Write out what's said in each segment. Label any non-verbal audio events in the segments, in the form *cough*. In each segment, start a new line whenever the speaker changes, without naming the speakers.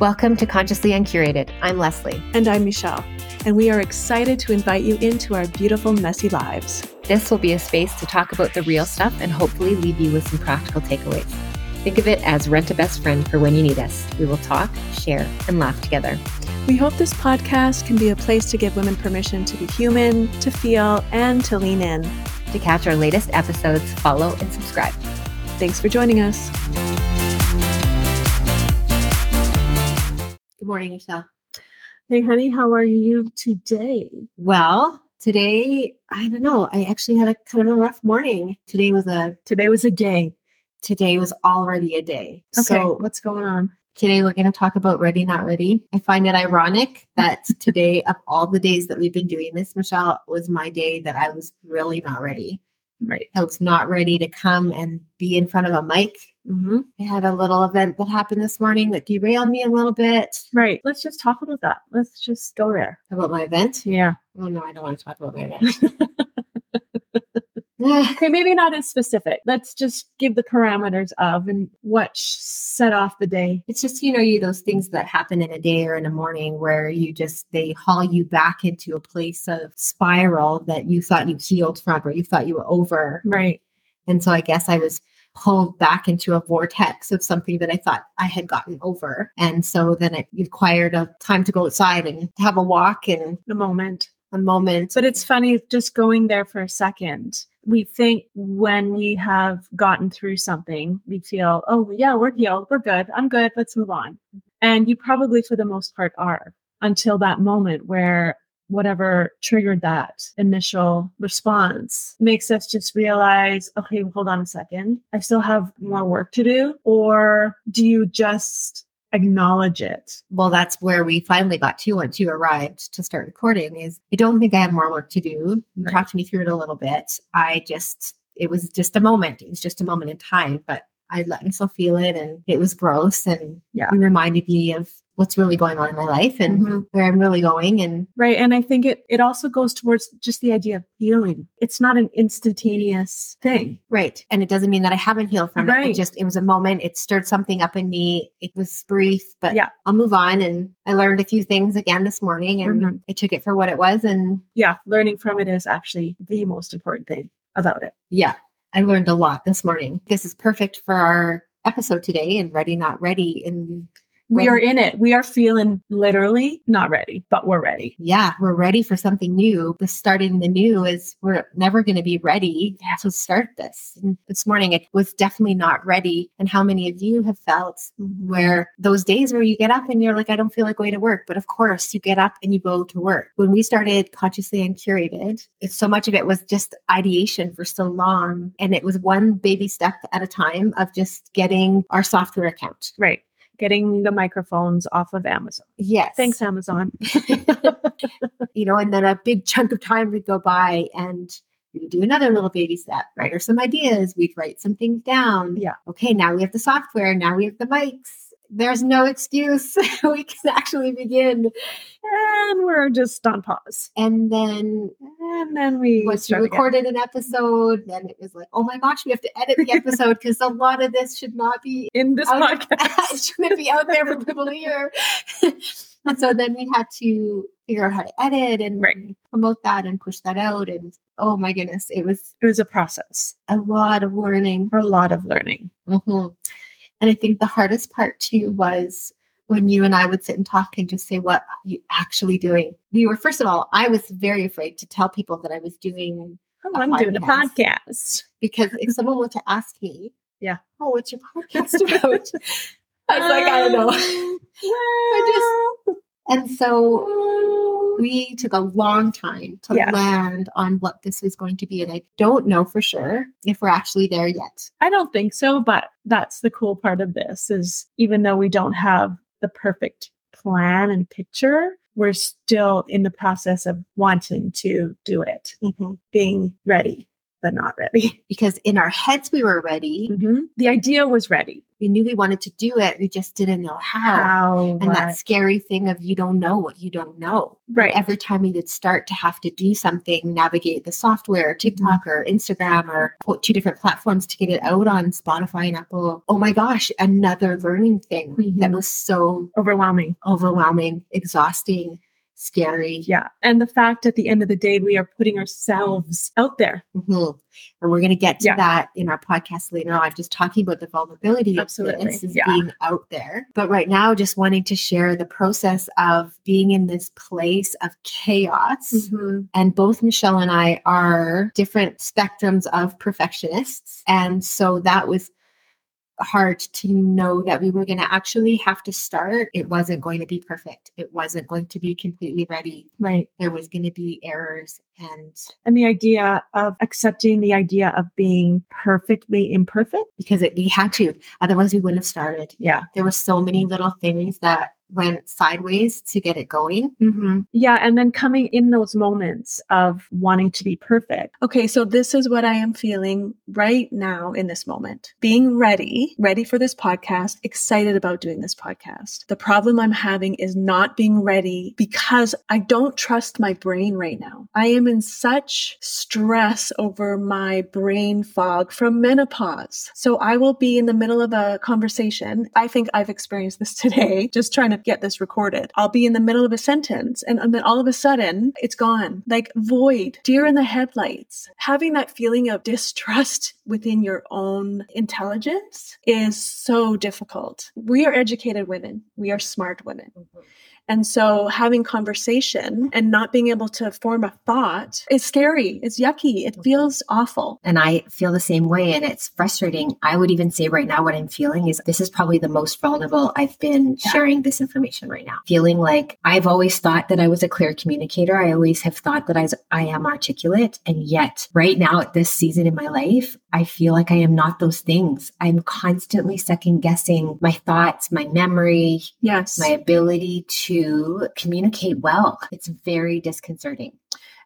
Welcome to Consciously Uncurated. I'm Leslie.
And I'm Michelle, and we are excited to invite you into our beautiful, messy lives.
This will be a space to talk about the real stuff and hopefully leave you with some practical takeaways. Think of it as rent a best friend for when you need us. We will talk, share, and laugh together.
We hope this podcast can be a place to give women permission to be human, to feel, and to lean in.
To catch our latest episodes, follow and subscribe.
Thanks for joining us.
Good morning, Michelle.
Hey, honey, how are you today?
Well, today, I don't know. I actually had a kind of a rough morning. Today was a
Today was a day.
today was already a day.
Okay,
So
what's going on?
today we're going to talk about ready not ready. I find it ironic
*laughs*
that today of all the days that we've been doing this, Michelle, was my day that I was really not ready.
Right.
I was not ready to come and be in front of a mic.
Mm-hmm.
I had a little event that happened this morning that derailed me a little bit
Right. Let's just talk about that. Let's just go there.
about my event.
Yeah.
Oh no, I don't want to talk about my *laughs* Ah, event.
Okay, maybe not as specific. Let's just give the parameters of and what sh- set off the day.
it's just you know you those things that happen in a day or in a morning where you just they haul you back into a place of spiral that you thought you healed from or you thought you were over
Right.
and so i guess i was pulled back into a vortex of something that i thought i had gotten over and so then it required a time to go outside and have a walk and
The moment.
a moment
But it's funny, just going there for a second, we think when we have gotten through something, we feel, oh, yeah, we're healed. We're good. I'm good. Let's move on. And you probably, for the most part, are until that moment where whatever triggered that initial response makes us just realize, okay, hold on a second. I still have more work to do. Or do you just acknowledge it?
well, that's where we finally got to once you arrived to start recording. Is I don't think I have more work to do. You
Right.
talked me through it a little bit. I just it was just a moment. It was just a moment in time, but I let myself feel it, and it was gross, and
Yeah.
it reminded me of what's really going on in my life and
Mhm.
where I'm really going. And
Right. And I think it, it also goes towards just the idea of healing. It's not an instantaneous thing.
right, and it doesn't mean that I haven't healed from it.
Right.
It just it was a moment. It stirred something up in me. It was brief, but
Yeah.
I'll move on. And I learned a few things again this morning, and
Mhm.
I took it for what it was, and
Yeah. Learning from it is actually the most important thing about it.
Yeah, I learned a lot this morning. This is perfect for our episode today and ready, not ready. And
We
Right.
are in it. We are feeling literally not ready, but we're ready.
yeah, we're ready for something new. The starting the new is we're never going to be ready.
Yeah.
So start this. And this morning, it was definitely not ready. And how many of you have felt where those days where you get up and you're like, I don't feel like going to work. But of course, you get up and you go to work. When we started Consciously Uncurated, it's so much of it was just ideation for so long. And it was one baby step at a time of just getting our software account.
Right. Getting the microphones off of Amazon.
Yes.
Thanks, Amazon.
you know, and then a big chunk of time would go by and we'd do another little baby step, right? Or some ideas, we'd write some things down.
Yeah.
Okay, now we have the software, now we have the mics. There's no excuse. *laughs* we can actually begin.
And we're just on pause.
And then
And then we
once you
start again.
recorded an episode, then it was like, oh my gosh, we have to edit the episode because a lot of this should not be
in *laughs* this
out- *laughs*
podcast.
it shouldn't be out there for people to hear. *laughs* and so then we had to figure out how to edit and
Right.
promote that and push that out. And oh my goodness, it was
It was a process,
a lot of learning.
a lot of learning.
Mhm. And I think the hardest part too was when you and I *laughs* would sit and talk and just say, What are you actually doing? We were, first of all, I was very afraid to tell people that I was doing
Oh,
A
I'm doing a
podcast.
podcast.
because if
*laughs*
someone were to ask me,
Yeah.
oh, what's your podcast about? I was like, I don't
*laughs*
know.
I
And so we took a long time to
Yeah.
land on what this was going to be. And I don't know for sure if we're actually there yet.
I don't think so, but that's the cool part of this is even though we don't have the perfect plan and picture, we're
Mm-hmm.
still in the process of wanting to do it, being ready.
but not ready. *laughs*
because in our heads we were ready.
Mm-hmm.
Mhm. The idea was ready.
We knew we wanted to do it. We just didn't know how.
Oh,
How?
And that
what?
scary thing of you don't know what you don't know.
right.
Every time we would start to have to do something, navigate the software, TikTok or Instagram or po- two different platforms to get it out on Spotify and Apple. Oh my gosh, another learning thing that
Mhm.
was so
Overwhelming.
overwhelming, exhausting, scary.
Yeah. And the fact at the end of the day, we are putting ourselves out there.
Mhm. And we're going to get to
Yeah.
that in our podcast later on. I'm just talking about the vulnerability
Absolutely.
of this is
Yeah.
being out there. But right now, just wanting to share the process of being in this place of chaos.
Mm-hmm.
And both Michelle and I are different spectrums of perfectionists. And so that was hard to know that we were going to actually have to start. It wasn't going to be perfect, it wasn't going to be completely ready.
Right.
There was going to be errors and
And the idea of accepting the idea of being perfectly imperfect.
because it, we had to, otherwise, we wouldn't have started.
Yeah.
There were so many little things that went sideways to get it going.
Mm-hmm. Yeah. And then coming in those moments of wanting to be perfect.
Okay, so this is what I am feeling right now in this moment. Being ready, ready for this podcast, excited about doing this podcast. The problem I'm having is not being ready because I don't trust my brain right now. I am in such stress over my brain fog from menopause. So I will be in the middle of a conversation. I think I've experienced this *laughs* today, just trying to get this recorded. I'll be in the middle of a sentence and, and then all of a sudden it's gone like void, deer in the headlights. Having that feeling of distrust within your own intelligence is so difficult. We are educated women, we are smart women. And so having conversation and not being able to form a thought is scary. It's yucky. It feels awful.
and I feel the same way and it's frustrating. I would even say right now what I'm feeling is this is probably the most vulnerable I've been
Yeah.
sharing this information right now. Feeling like I've always thought that I was a clear communicator. I always have thought that I, s- I am articulate and yet right now at this season in my life, I feel like I am not those things. I'm constantly second guessing my thoughts, my memory,
Yes.
my ability to communicate well. It's very disconcerting.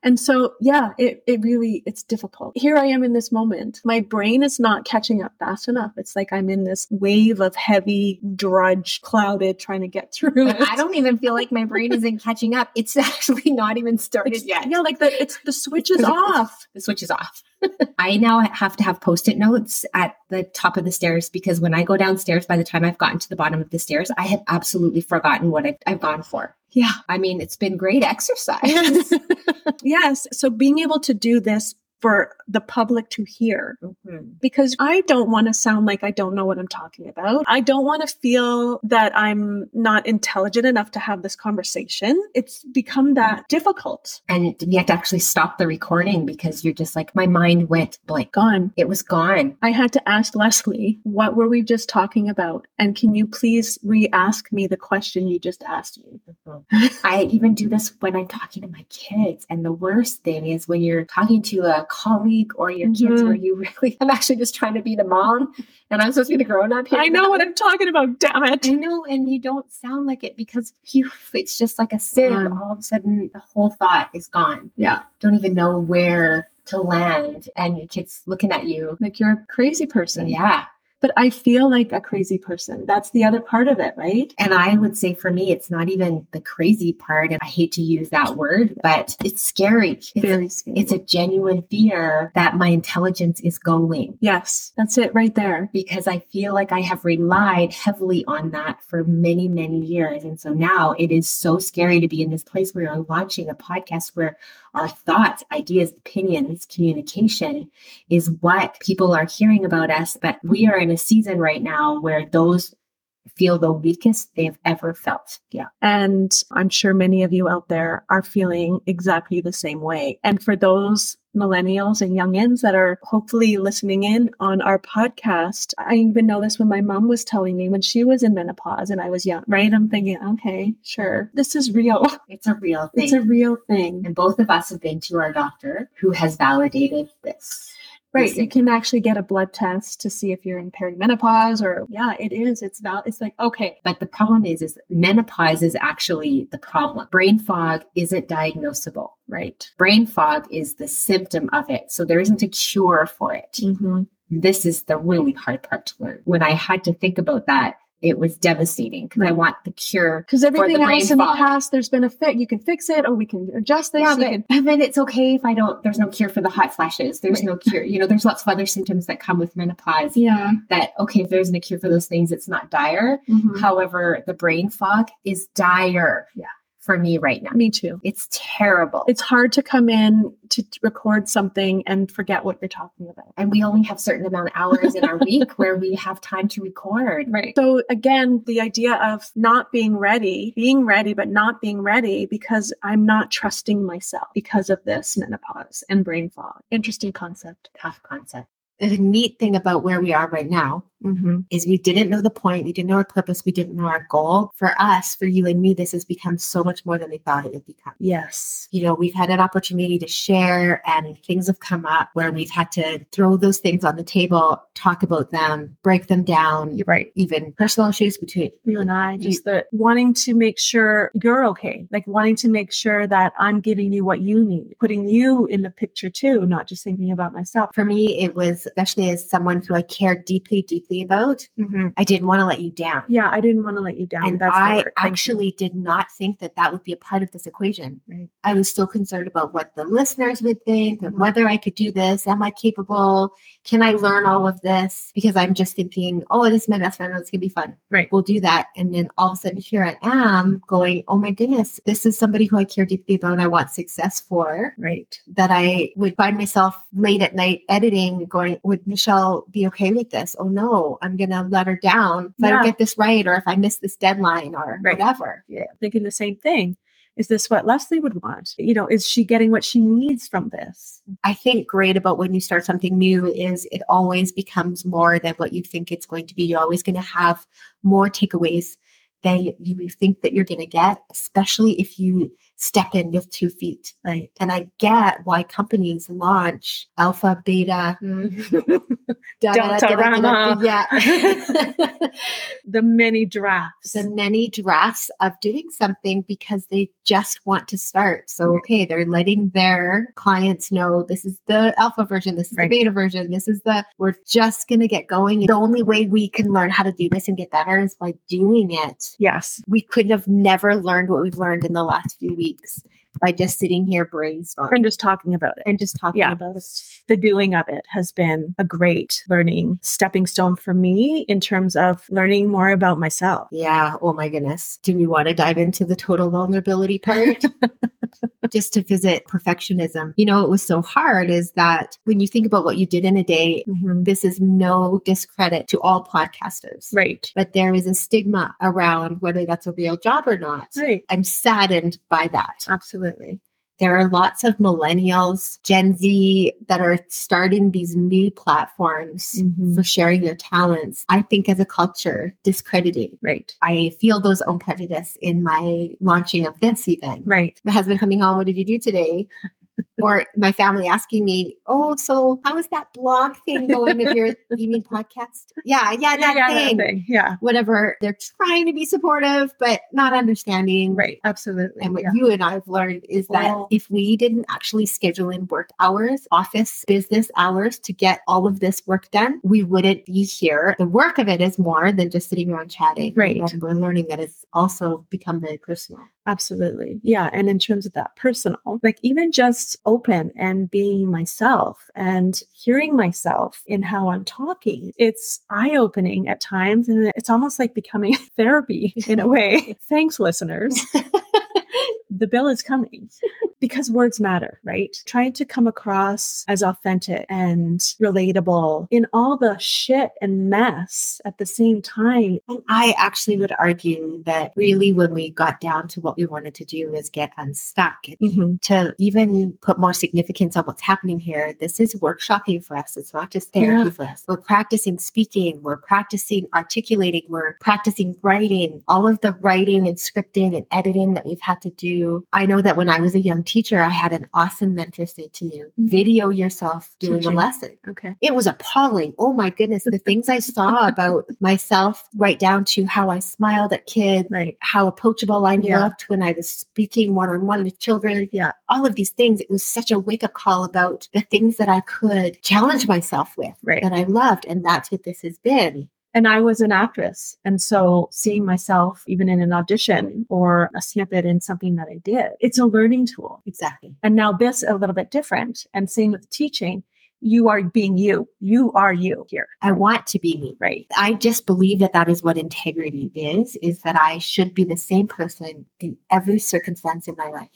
And so, yeah, it, it really, it's difficult. Here I am in this moment. My brain is not catching up fast enough. It's like I'm in this wave of heavy drudge, clouded, trying to get *laughs* through it.
But I don't even feel like my brain isn't catching up. It's *laughs* actually not even started
It's-
yet.
Yeah, like the it's the
*laughs*
switch is off.
The switch is off. *laughs* I now have to have post it notes at the top of the stairs because when I go downstairs, by the time I've gotten to the bottom of the stairs, I have absolutely forgotten what I've, I've gone for.
Yeah.
I mean, it's been great *laughs* exercise.
Yes. yes. So being able to do this for the public to hear because I don't want to sound like I don't know what I'm talking about. I don't want to feel that I'm not intelligent enough to have this conversation. It's become that difficult.
And we have to actually stop the recording because you're just like, my mind went blank.
Gone.
It was gone.
I had to ask Leslie, what were we just talking about? And can you please re ask me the question you just asked me?
I even do this when I'm talking to my kids. And the worst thing is when you're talking to a colleague or your kids
Mhm.
where you really, *laughs* I'm actually just trying to be the mom and I'm supposed to be the grown up here.
I know what I'm talking about, damn
*laughs*
it.
I know. And you don't sound like it because phew, it's just like a sieve.
Mm.
All of a sudden, the whole thought is gone.
Yeah.
Don't even know where to land. And your kids looking at you.
Like you're a crazy person.
Yeah.
But I feel like a crazy person. That's the other part of it, right?
And I would say for me, it's not even the crazy part. And I hate to use that word, but it's scary. It's
Very scary.
it's a genuine fear that my intelligence is going
yes, that's it right there.
because I feel like I have relied heavily on that for many, many years. And so now it is so scary to be in this place where you're launching a podcast where our thoughts, ideas, opinions, communication is what people are hearing about us. But we are in a season right now where those feel the weakest they've ever felt. Yeah.
And I'm sure many of you out there are feeling exactly the same way. And for those millennials and youngins that are hopefully listening in on our podcast, I even know this when my mom was telling me when she was in menopause and I was young, right? I'm thinking, okay, sure. This is real. *laughs*
It's a real thing.
It's a real thing.
and both of us have been to our doctor who has validated this.
Right. You can actually get a blood test to see if you're in perimenopause or yeah, it is. It's val it's like, okay,
But the problem is, is menopause is actually the problem. Brain fog isn't diagnosable.
right.
Brain fog is the symptom of it. So there isn't a cure for it. This is the really hard part to learn. When I had to think about that, it was devastating because I want the cure.
Because everything
brain
else in the
fog.
past, there's been a fit. You can fix it, or we can adjust this.
Yeah,
you can-
but, but then it's okay if I don't. There's no cure for the hot flashes. There's no cure. You know, there's lots of other symptoms that come with menopause.
yeah.
That okay, if there isn't a cure for those things, it's not dire.
Mm-hmm.
However, the brain fog is dire
Yeah.
for me right now.
Me too.
It's terrible.
It's hard to come in to t- record something and forget what you're talking about.
and we only have certain amount of hours in
*laughs*
our week where we have time to record.
Right. So again, the idea of not being ready, being ready, but not being ready because I'm not trusting myself because of this menopause and brain fog. Interesting concept.
Tough concept.
The neat thing about where we are right now is we didn't know the point, we didn't know our purpose, we didn't know our goal. For us, for you and me, this has become so much more than we thought it would become.
Yes.
you know, we've had an opportunity to share and things have come up where we've had to throw those things on the table, talk about them, break them down,
You're right.
even personal issues between
you and I, just the wanting to make sure you're okay, like wanting to make sure that I'm giving you what you need, putting you in the picture too, not just thinking about myself.
for me, it was especially as someone who I care deeply, deeply about, I didn't want to let you down.
Yeah, I didn't want to let you down.
and
the
I
word. Thank you.
actually did not think that that would be a part of this equation. I was so concerned about what the listeners would think and whether I could do this. Am I capable? Can I learn all of this? Because I'm just thinking, oh, this is my best friend. It's going to be fun.
Right.
We'll do that. And then all of a sudden, here I am going, oh my goodness, this is somebody who I care deeply about and I want success for.
right.
That I would find myself late at night editing, going, would Michelle be okay with this? Oh no, I'm going to let her down if I don't
Yeah.
get this right or if I miss this deadline or
Right.
whatever.
Yeah, thinking the same thing. Is this what Leslie would want? You know, is she getting what she needs from this?
I think great about when you start something new is it always becomes more than what you think it's going to be. You're always going to have more takeaways than you think that you're going to get, especially if you step in with two feet.
Right.
And I get why companies launch alpha, beta,
Mm-hmm. *laughs*
da, da, da, da, da, da, da,
*laughs*
Yeah. *laughs*
The many drafts.
so many drafts of doing something because they just want to start. So, okay, they're letting their clients know this is the alpha version, this is
Right.
the beta version, this is the, we're just going to get going. The only way we can learn how to do this and get better is by doing it.
yes.
We could have never learned what we've learned in the last few weeks by just sitting here brainstorming
And just talking about it.
and just talking
Yeah.
about it.
the doing of it has been a great learning stepping stone for me in terms of learning more about myself.
Yeah. Oh my goodness. Do we want to dive into the total vulnerability part? Just to visit perfectionism. You know, it was so hard is that when you think about what you did in a day, this is no discredit to all podcasters,
Right.
but there is a stigma around whether that's a real job or not.
Right.
I'm saddened by that.
Absolutely.
There are lots of millennials, Gen Z, that are starting these new platforms
Mm.
for sharing their talents. I think as a culture, discrediting
Right.
I feel those own prejudice in my launching of this even.
Right.
My husband coming home, what did you do *laughs* today? or my family asking me, oh, so how is that blog thing going of *laughs* your evening podcast? Yeah, yeah, that
yeah,
thing.
Yeah.
Whatever. They're trying to be supportive, but not understanding.
Right. Absolutely.
And what
yeah.
you and I have learned is that
Wow.
if we didn't actually schedule in work hours, office, business hours to get all of this work done, we wouldn't be here. The work of it is more than just sitting around chatting.
Right.
And we're learning that it's also become very personal.
Absolutely. Yeah. And in terms of that personal, like even just open and being myself and hearing myself in how I'm talking, it's eye opening at times. And it's almost like becoming *laughs* therapy in a way. Thanks, listeners. the bill is coming because words matter, right? Trying to come across as authentic and relatable in all the shit and mess at the same time.
And I actually would argue that really when we got down to what we wanted to do is get unstuck. To even put more significance on what's happening here, this is workshopping for us. It's not just therapy
Yeah.
for us. We're practicing speaking, we're practicing articulating, we're practicing writing, all of the writing and scripting and editing that we've had to do. I know that when I was a young teacher, I had an awesome mentor say to you, video yourself doing
Teaching.
a lesson.
Okay.
It was appalling. Oh my goodness. The things I saw about myself, right down to how I smiled at kids,
Right.
how approachable I
Yeah.
looked when I was speaking one on one with children,
Yeah.
all of these things. It was such a wake up call about the things that I could challenge myself with
Right.
that I loved. And that's what this has been.
And I was an actress. And so seeing myself even in an audition or a snippet in something that I did, it's a learning tool.
Exactly.
And now this a little bit different. And same with teaching, you are being you. You are you here.
I want to be me.
Right.
I just believe that that is what integrity is, is that I should be the same person in every circumstance in my life,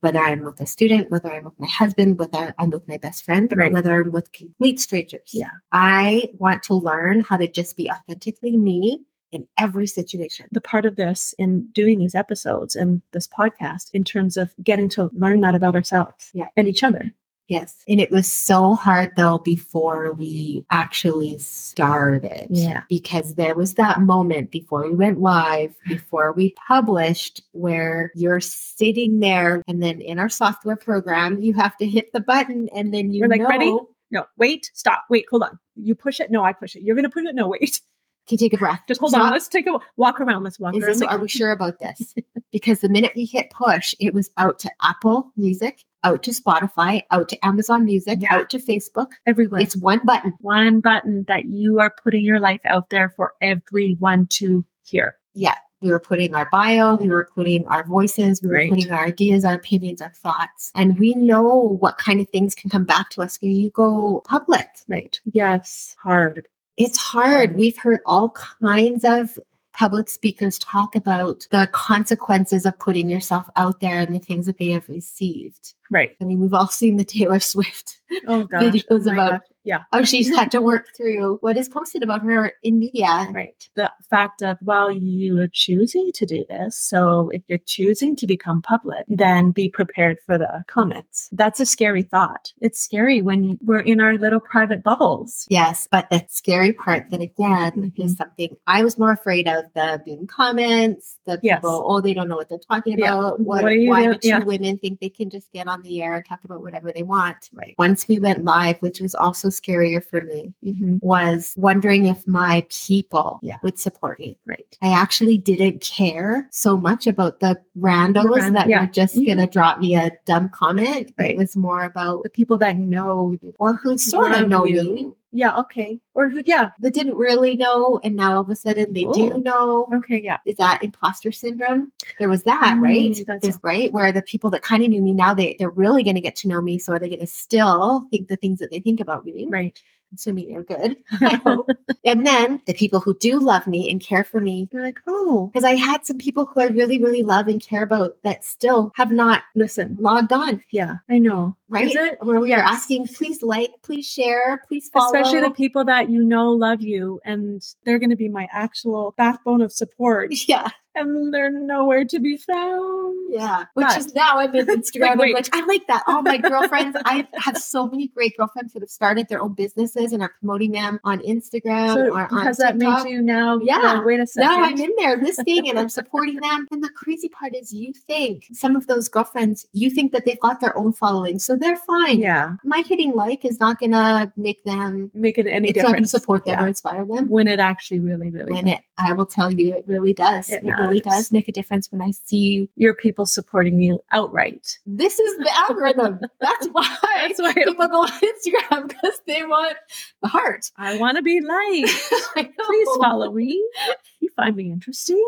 whether I'm with a student, whether I'm with my husband, whether I'm with my best friend, or
Right.
whether I'm with complete strangers.
Yeah.
I want to learn how to just be authentically me in every situation.
The part of this in doing these episodes and this podcast in terms of getting to learn that about ourselves
Yeah.
and each other.
Yes. And it was so hard though before we actually started.
Yeah.
Because there was that moment before we went live, before we published, where you're sitting there and then in our software program, you have to hit the button and then you
We're like,
know
"Ready?" No, wait, stop, wait, hold on. You push it. No, I push it. You're going to push it. No, wait. *laughs*
to take a breath.
Just hold on.
Stop.
Let's take a walk around. Let's walk
Is
around.
this,
the-
are we sure about this? *laughs* Because the minute we hit push, it was out to Apple Music, out to Spotify, out to Amazon Music,
Yeah.
out to Facebook.
Everywhere.
It's one button.
one button that you are putting your life out there for everyone to hear.
yeah, we were putting our bio, we were putting our voices, we were
Right.
putting our ideas, our opinions, our thoughts. And we know what kind of things can come back to us when you go public.
Right. Yes. Hard.
It's hard. We've heard all kinds of public speakers talk about the consequences of putting yourself out there and the things that they have received.
Right.
I mean, we've all seen the Taylor Swift
Oh gosh.
videos
my
about
gosh. Yeah. *laughs*
how Oh, she's had to work through what is posted about her in media.
Right. The fact of, well, you are choosing to do this. So if you're choosing to become public, then be prepared for the comments. That's a scary thought. It's scary when we're in our little private bubbles.
Yes, but the scary part that again is
Mhm.
something I was more afraid of the being comments, the
Yes.
people, oh, they don't know what they're talking
Yeah.
about. What,
What are you
why
doing?
do two
Yeah.
women think they can just get on the air and talk about whatever they want?
Right.
Once we went live, which was also scarier for me,
Mm-hmm.
was wondering if my people
Yeah.
would support me.
Right.
I actually didn't care so much about the randos
rand-
that
yeah.
were just
Mhm.
going to drop me a dumb comment.
Right.
It was more about
The people that know. you.
or who sort
Love
of know
you.
me.
Yeah. Okay. Or who- yeah.
that didn't really know, and now all of a sudden they
Ooh.
do know.
Okay. Yeah.
Is that imposter syndrome? There was that,
Mm,
right?
that's-
There's right where the people that kind of knew me now they they're really going to get to know me, so they're going to still think the things that they think about me,
Right.
assuming they're good. *laughs* I hope. and then the people who do love me and care for me.
You're like, oh,
Because I had some people who I really, really love and care about that still have not
listen.
logged on,
Yeah. I know.
right?
Is it?
Where we are asking, please like, please share, please follow.
especially the people that you know love you and they're going to be my actual backbone of
*laughs*
support
yeah.
and they're nowhere to be found
Yeah, which
But-
is now I'm
*laughs*
in Instagram. I'm
wait.
like, I like that. All my girlfriends, I have so many great girlfriends that have started their own businesses and are promoting them on Instagram
so
or on
has that made
TikTok.
you now
Yeah.
oh, wait a
now I'm
second
in there listening and I'm supporting them. And the crazy part is, you think some of those girlfriends, you think that they've got their own following, so they're fine.
yeah
My hitting like is not gonna make them.
make it any
it's not gonna
difference
support them or
Yeah.
inspire them.
when it actually really really
And it, I will tell you, it really does.
It
It, really
matters.
does make a difference when I see
your people supporting you outright
this is the algorithm.
*laughs*
That's why.
that's why it-
people go on Instagram because they want the heart. *laughs*
i want to be liked please follow me you find me interesting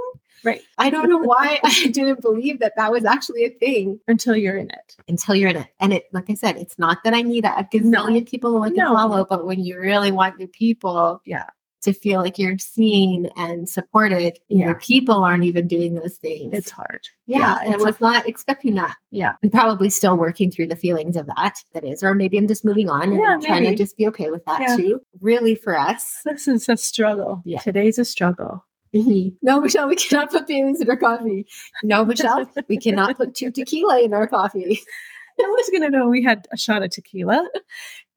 I don't know why I didn't believe that that was actually a thing
until you're in it
until you're in it. And it, like I said, it's not that I need a gazillion people who I can
No.
follow, but when you really want your people,
Yeah.
to feel like you're seen and supported,
Yeah.
your people aren't even doing those things.
it's hard
yeah,
yeah,
I
it's
was not expecting that.
yeah
I'm probably still working through the feelings of that. That is, or maybe I'm just moving on and
Yeah,
trying
maybe.
to just be okay with that
Yeah.
too. Really, for us, *laughs*
this is a struggle
Yeah.
today's a struggle
No, Michelle, we cannot put feelings in our coffee. No, Michelle, we cannot put two tequila in our coffee.
No one's gonna know we had a shot of tequila. *laughs*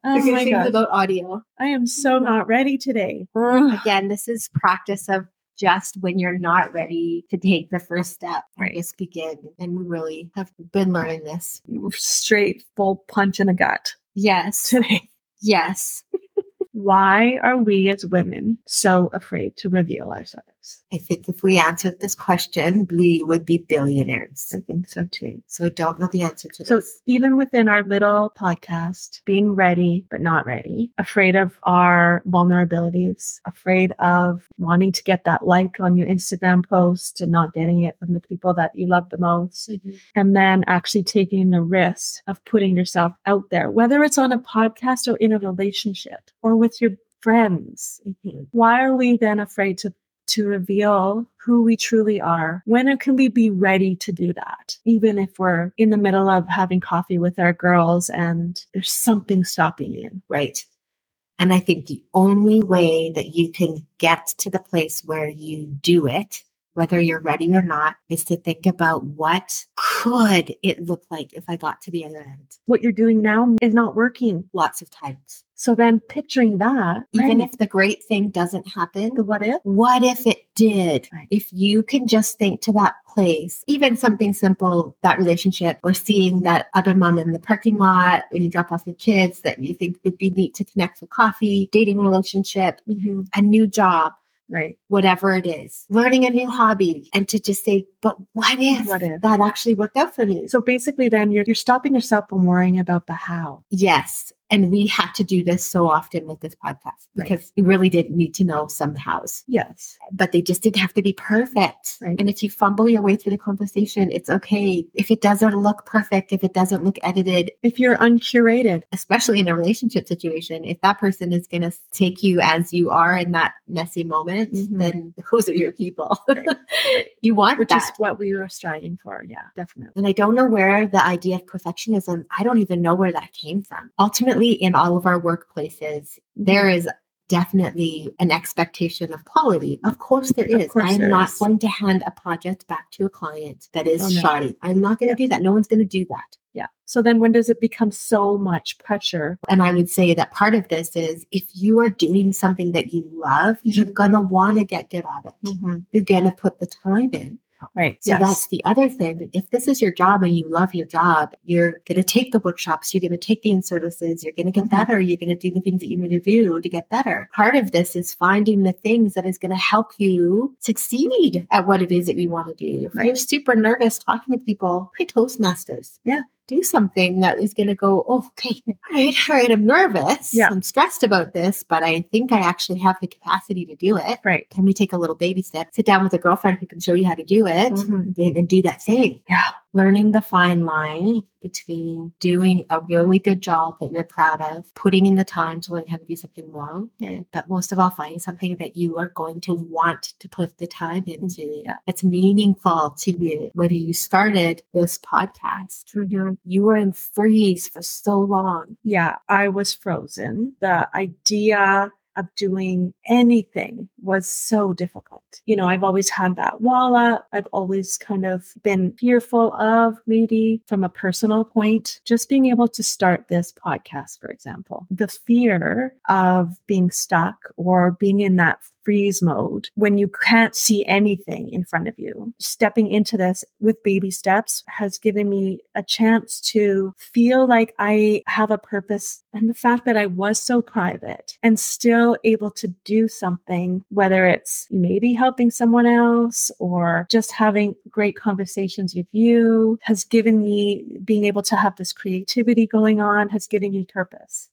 Oh
the good
my
things
god,
about audio.
I am so not ready today.
Again, this is practice of just when you're not ready to take the first step.
Right.
Just begin. And we really have been learning this.
Straight full punch in the gut
Yes.
today.
Yes.
*laughs* Why are we as women so afraid to reveal ourselves?
I think if we answered this question, we would be billionaires.
I think so too.
So I don't know the answer to
So
this.
even within our little podcast, being ready but not ready, afraid of our vulnerabilities, afraid of wanting to get that like on your Instagram post and not getting it from the people that you love the most. and then actually taking the risk of putting yourself out there, whether it's on a podcast or in a relationship or with your friends. Why are we then afraid to, to reveal who we truly are? When can we be ready to do that? Even if we're in the middle of having coffee with our girls and there's something stopping you.
Right. And I think the only way that you can get to the place where you do it, whether you're ready or not, is to think about what could it look like if I got to the other end
What you're doing now is not working.
lots of times.
So then picturing that,
Even
right,
if the great thing doesn't happen,
the what if?
what if it did?
Right.
If you can just think to that place, even something simple, that relationship or seeing that other mom in the parking lot when you drop off your kids that you think would be neat to connect for coffee, dating relationship, a new job,
Mm-hmm. Right.
whatever it is, learning a new hobby, and to just say, but what if,
What if?
that actually worked out for me? So,
So basically then you're you're stopping yourself from worrying about the how.
yes. And we had to do this so often with this podcast
Right.
because we really did need to know some hows.
Yes.
but they just didn't have to be perfect.
Right.
And if you fumble your way through the conversation, it's okay. If it doesn't look perfect, if it doesn't look edited,
If you're uncurated,
especially in a relationship situation, if that person is going to take you as you are in that messy moment,
Mhm.
then those are your people.
Right.
*laughs* you want
which
that.
is what we were striving for. Yeah, definitely.
and I don't know where the idea of perfectionism, I don't even know where that came from. Ultimately, in all of our workplaces, there is definitely an expectation of quality. Of course there
Of
is.
course
I'm
there
not
is.
going to hand a project back to a client that is
Oh, no.
shoddy. I'm not going to do that. No one's going to do that.
Yeah. So then when does it become so much pressure?
And I would say that part of this is if you are doing something that you love, you're going to want to get good at it. You're going to put the time in.
Right.
Mm-hmm. So that's the other thing. If this is your job and you love your job, you're going to take the workshops, you're going to take the in services, you're going to get
Mm-hmm.
better, you're going to do the things that you need to do to get better. Part of this is finding the things that is going to help you succeed at what it is that you want to do. If you're
Right.
super nervous talking to people, play Toastmasters.
Yeah.
Do something that is going to go, oh, okay, all right, all right, I'm nervous.
Yeah.
I'm stressed about this, but I think I actually have the capacity to do it.
right.
Can we take a little baby step? Sit down with a girlfriend who can show you how to do it and, and do that thing.
Yeah.
Learning the fine line between doing a really good job that you're proud of, putting in the time to learn how to do something well,
Yeah.
but most of all, finding something that you are going to want to put the time into
Mm-hmm. Yeah.
that's meaningful to you. Whether you started this podcast, you were in freeze for so long.
Yeah. I was frozen. The idea of doing anything was so difficult. You know, I've always had that wall up. I've always kind of been fearful of maybe from a personal point, just being able to start this podcast, for example. The fear of being stuck or being in that freeze mode when you can't see anything in front of you. Stepping into this with baby steps has given me a chance to feel like I have a purpose. And the fact that I was so private and still able to do something, whether it's maybe helping someone else or just having great conversations with you, has given me being able to have this creativity going on, has given me purpose.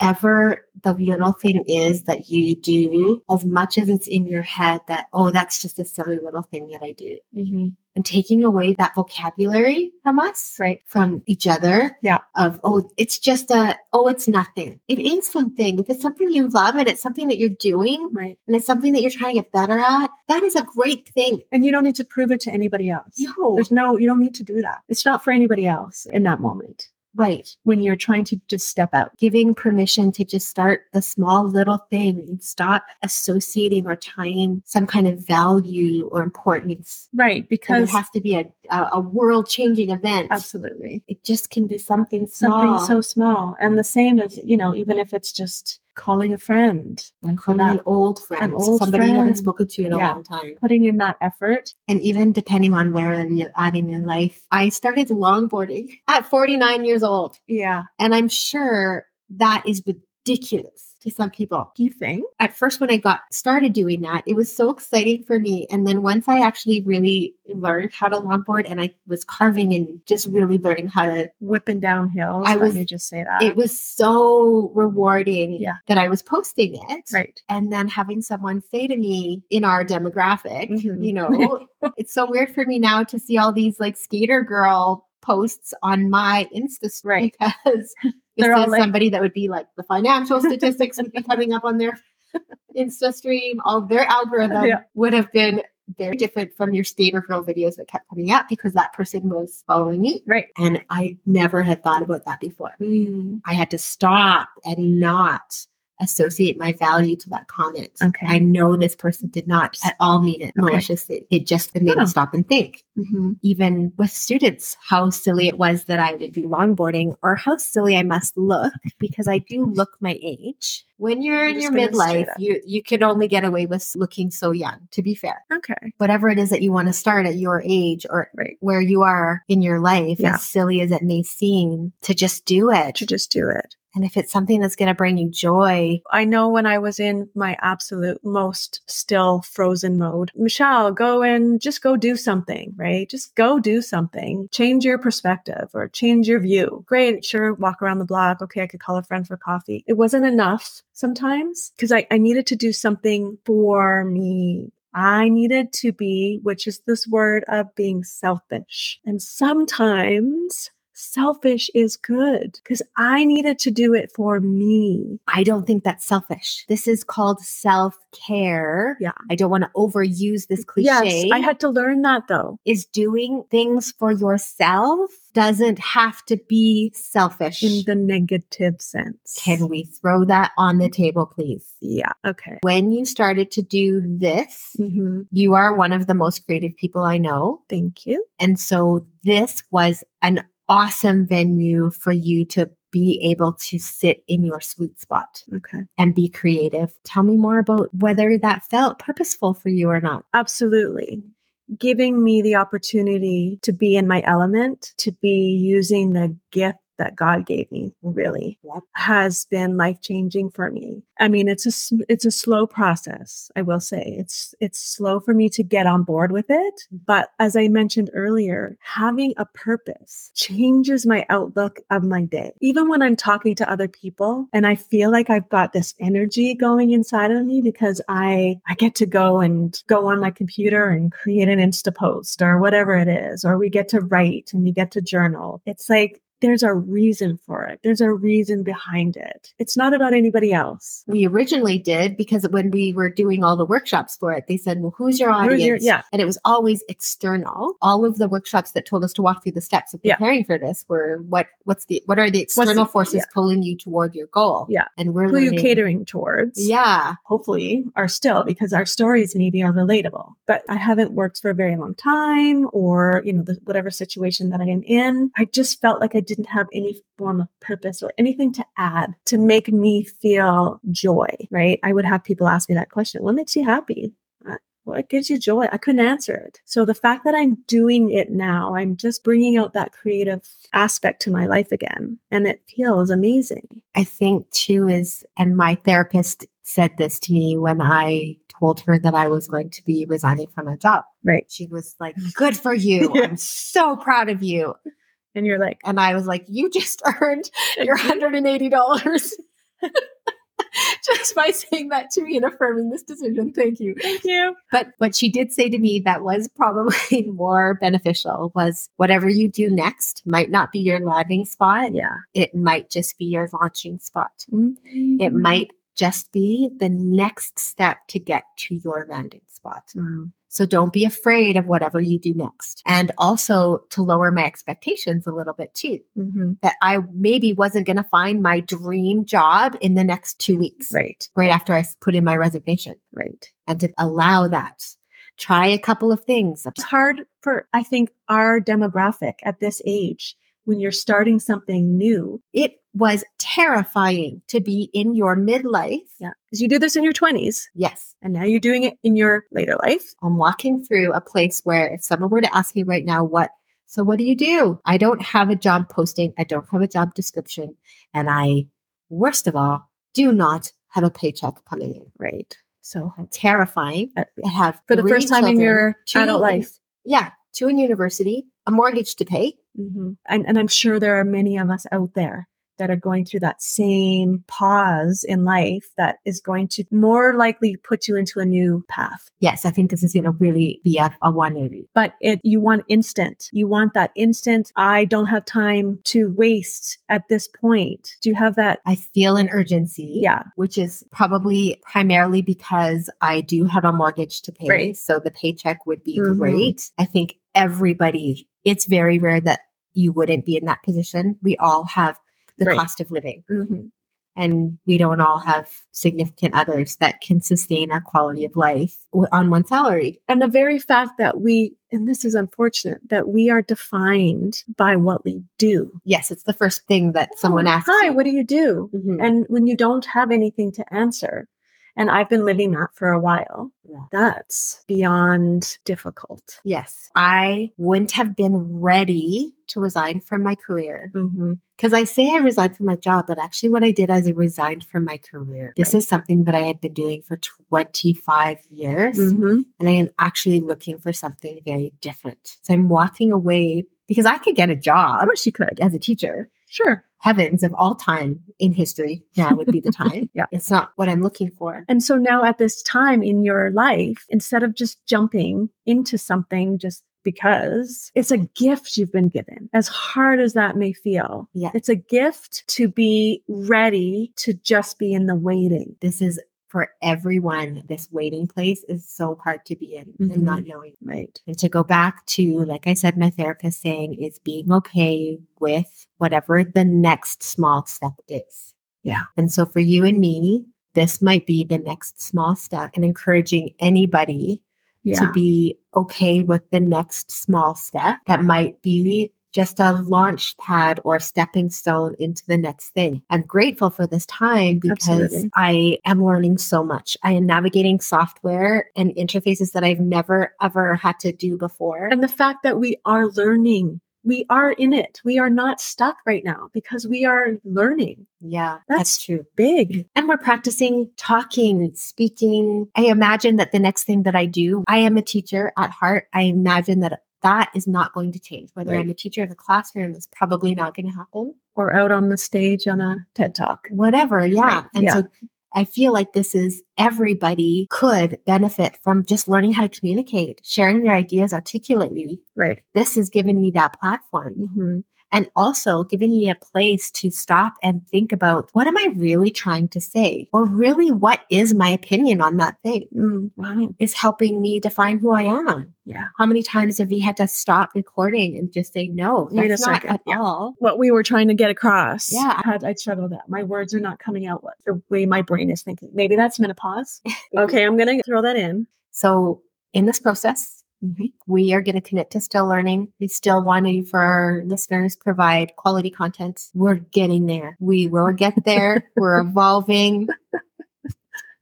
Ever the little thing is that you do, as much as it's in your head that, oh, that's just a silly little thing that I do. and taking away that vocabulary from us,
Right.
from each other.
Yeah.
Of oh, it's just a oh, it's nothing. It is something. If it's something you love and it's something that you're doing
Right.
and it's something that you're trying to get better at, that is a great thing.
And you don't need to prove it to anybody else.
No,
There's no, you don't need to do that. It's not for anybody else in that moment
right.
when you're trying to just step out.
Giving permission to just start the small little thing and stop associating or tying some kind of value or importance.
Right.
That it
Because
has to be a a, a world changing event.
absolutely
It just can be something small.
something so small. And the same as, you know, even if it's just
calling a friend,
And from an old friend,
An old
somebody you haven't
friend.
spoken to in a
Yeah.
long time.
putting in that effort.
And even depending on where you're at in your life, I started longboarding *laughs* at 49 years old.
Yeah.
And I'm sure that is ridiculous to some people.
You think?
At first, when I got started doing that, it was so exciting for me. And then once I actually really learned how to longboard and I was carving and just really learning how to
Whipping down hills.
I
I
was-
would just say that.
it was so rewarding
Yeah.
that I was posting it.
right.
And then having someone say to me in our demographic,
Mhm. *laughs*
you know, it's so weird for me now to see all these like skater girl posts on my Insta story
Right.
*laughs* because this
*laughs* They're all
is
like-
somebody that would be like the financial statistics would be coming up on their Insta stream. All their algorithm
Yeah.
would have been very different from your skater girl videos that kept coming up because that person was following me.
Right.
And I never had thought about that before.
Mm-hmm.
I had to stop and not associate my value to that comment.
Okay.
I know this person did not at all mean it
Okay.
maliciously. It just made me
Oh.
stop and think.
Mhm.
Even with students, how silly it was that I would be longboarding or how silly I must look because I do look my age. When you're in
Just
your
gonna say
midlife,
that.
you, you can only get away with looking so young, to be fair
Okay.
whatever it is that you want to start at your age or
Right.
where you are in your life,
Yeah.
as silly as it may seem, to just do it.
to just do it.
And if it's something that's going to bring you joy,
I know when I was in my absolute most still frozen mode, Michelle, go and just go do something, right? Just go do something. Change your perspective or change your view. Great, sure, walk around the block. Okay, I could call a friend for coffee. It wasn't enough sometimes because I, I needed to do something for me. I needed to be, which is this word of being selfish. And sometimes selfish is good because I needed to do it for me.
I don't think that's selfish. This is called self care.
Yeah.
I don't want to overuse this cliche.
Yes, I had to learn that though.
is doing things for yourself doesn't have to be selfish.
In the negative sense.
Can we throw that on the table, please?
Yeah. Okay. Mm-hmm,
When you started to do this,
Mm.
you are one of the most creative people I know.
Thank you.
And so this was an awesome venue for you to be able to sit in your sweet spot
Okay.
and be creative. Tell me more about whether that felt purposeful for you or not.
Absolutely. Giving me the opportunity to be in my element, to be using the gift that God gave me, really
Yep.
has been life changing for me. I mean, it's a s- it's a slow process. I will say it's it's slow for me to get on board with it. But as I mentioned earlier, having a purpose changes my outlook of my day. Even when I'm talking to other people and I feel like I've got this energy going inside of me because I I get to go and go on my computer and create an Insta post or whatever it is, or we get to write and we get to journal. It's like there's a reason for it. There's a reason behind it. It's not about anybody else.
We originally did because when we were doing all the workshops for it, they said, Well, who's your
Who's
audience?
your- yeah.
And it was always external. All of the workshops that told us to walk through the steps of
Yeah.
preparing for this were what what's the what are the
the-
external forces
yeah.
pulling you toward your goal?
Yeah.
And we're
Who are you
learning-
catering towards?
Yeah.
Hopefully, are still because our stories maybe are relatable. But I haven't worked for a very long time, or you know, the, whatever situation that I am in. I just felt like I didn't have any form of purpose or anything to add to make me feel joy. Right? I would have people ask me that question: What makes you happy? Uh, what gives you joy? I couldn't answer it. So the fact that I'm doing it now, I'm just bringing out that creative aspect to my life again. And it feels amazing.
I think too is, and my therapist said this to me when I told her that I was going to be resigning from a job.
Right.
She was like, Good for you.
*laughs* Yeah.
I'm so proud of you.
And you're like,
And I was like, You just *laughs* earned your $180 *laughs* just by saying that to me and affirming this decision. Thank you.
thank you.
But what she did say to me that was probably *laughs* more beneficial was whatever you do next might not be your landing spot.
Yeah. Mm-hmm.
It might just be your launching spot. It might just be the next step to get to your landing spot.
Wow.
So don't be afraid of whatever you do next. And also to lower my expectations a little bit too,
Mhm.
that I maybe wasn't going to find my dream job in the next two weeks,
Right.
right after I s- put in my resignation,
Right.
and to allow that. Try a couple of things.
It's hard for, I think, our demographic at this age when you're starting something new. It
was terrifying to be in your midlife.
Yeah. Because you did this in your 20s
Yes.
and now you're doing it in your later life.
I'm walking through a place where if someone were to ask me right now, what, so what do you do? I don't have a job posting. I don't have a job description. And I, worst of all, do not have a paycheck coming in.
Right. So
Terrifying.
Uh,
I have
For the
three
first time in
children,
your
two
adult
in-
life.
Yeah. Two in university, a mortgage to pay.
hmm And, and I'm sure there are many of us out there that are going through that same pause in life that is going to more likely put you into a new path.
Yes, I think this is going to really be a, a 180.
But it, you want instant. You want that instant. I don't have time to waste at this point. Do you have that?
I feel an urgency.
Yeah.
which is probably primarily because I do have a mortgage to pay.
Right.
So the paycheck would be
Mhm.
great. I think everybody, it's very rare that you wouldn't be in that position. We all have the
Right. Mm-hmm.
cost of living, and we don't all have significant others that can sustain our quality of life w- on one salary.
And the very fact that we, and this is unfortunate, that we are defined by what we do.
Yes, it's the first thing that someone asks.
Oh, Hi,
you.
what do you do?
Mhm.
And when you don't have anything to answer, and I've been living that for a while,
Yeah.
that's beyond difficult.
Yes, I wouldn't have been ready to resign from my career Because I say I resigned from my job, but actually, what I did is I resigned from my career. This is something that I had been doing for 25 years,
Mhm.
and I am actually looking for something very different. So I'm walking away because I could get a job
she could.
as a teacher.
Sure.
Heavens of all time in history, now would *laughs* be the time.
Yeah.
It's not what I'm looking for.
And so now at this time in your life, instead of just jumping into something just because it's a gift you've been given, as hard as that may feel,
Yeah.
it's a gift to be ready to just be in the waiting.
This is for everyone. This waiting place is so hard to be in
Mhm.
and not knowing.
Right.
And to go back to, like I said, my therapist saying is being okay with whatever the next small step is.
Yeah.
And so for you and me, this might be the next small step and encouraging anybody to be okay with the next small step that might be just a launch pad or stepping stone into the next thing. I'm grateful for this time because
Absolutely.
I am learning so much. I am navigating software and interfaces that I've never ever had to do before.
And the fact that we are learning, we are in it. We are not stuck right now because we are learning
yeah, that's
That's-
true.
big.
And we're practicing talking, speaking. I imagine that the next thing that I do, I am a teacher at heart. I imagine that that is not going to change. Whether I'm a teacher in the classroom, it's probably not going to happen.
Or out on the stage on a TED talk.
Whatever. Yeah.
Right,
And
yeah.
so I feel like this is everybody could benefit from just learning how to communicate, sharing their ideas articulately.
Right.
This has given me that platform
hmm
and also giving me a place to stop and think about what am I really trying to say? Or really, what is my opinion on that thing?
Mm, wow.
Is helping me define who I am.
Yeah.
How many times have we had to stop recording and just say, no,
Wait a
that's not
second,
at
yeah.
all?
What we were trying to get across.
Yeah.
I had I struggled that. My words are not coming out what the way my brain is thinking. Maybe that's menopause. *laughs* okay, I'm gonna throw that in.
So, in this process,
Mm-hmm.
we are going to commit to still learning. We still want to, for our listeners, provide quality content. We're getting there. We will get there. We're evolving.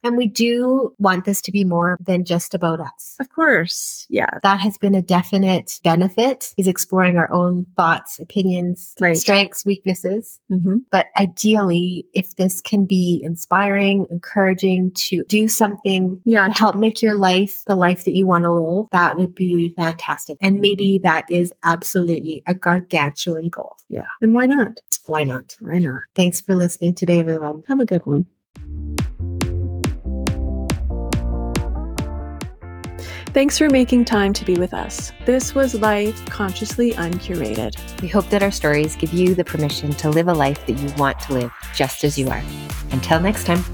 And we do want this to be more than just about us.
Of course. Yeah.
That has been a definite benefit is exploring our own thoughts, opinions,
Right.
strengths, weaknesses.
Mm-hmm.
But ideally, if this can be inspiring, encouraging to do something
Yeah.
to help make your life the life that you want to live, that would be fantastic. And maybe that is absolutely a gargantuan goal.
Yeah. And why not?
Why not?
Why not?
Thanks for listening today, everyone.
Have a good one.
Thanks for making time to be with us. This was Life Consciously Uncurated.
We hope that our stories give you the permission to live a life that you want to live just as you are. Until next time.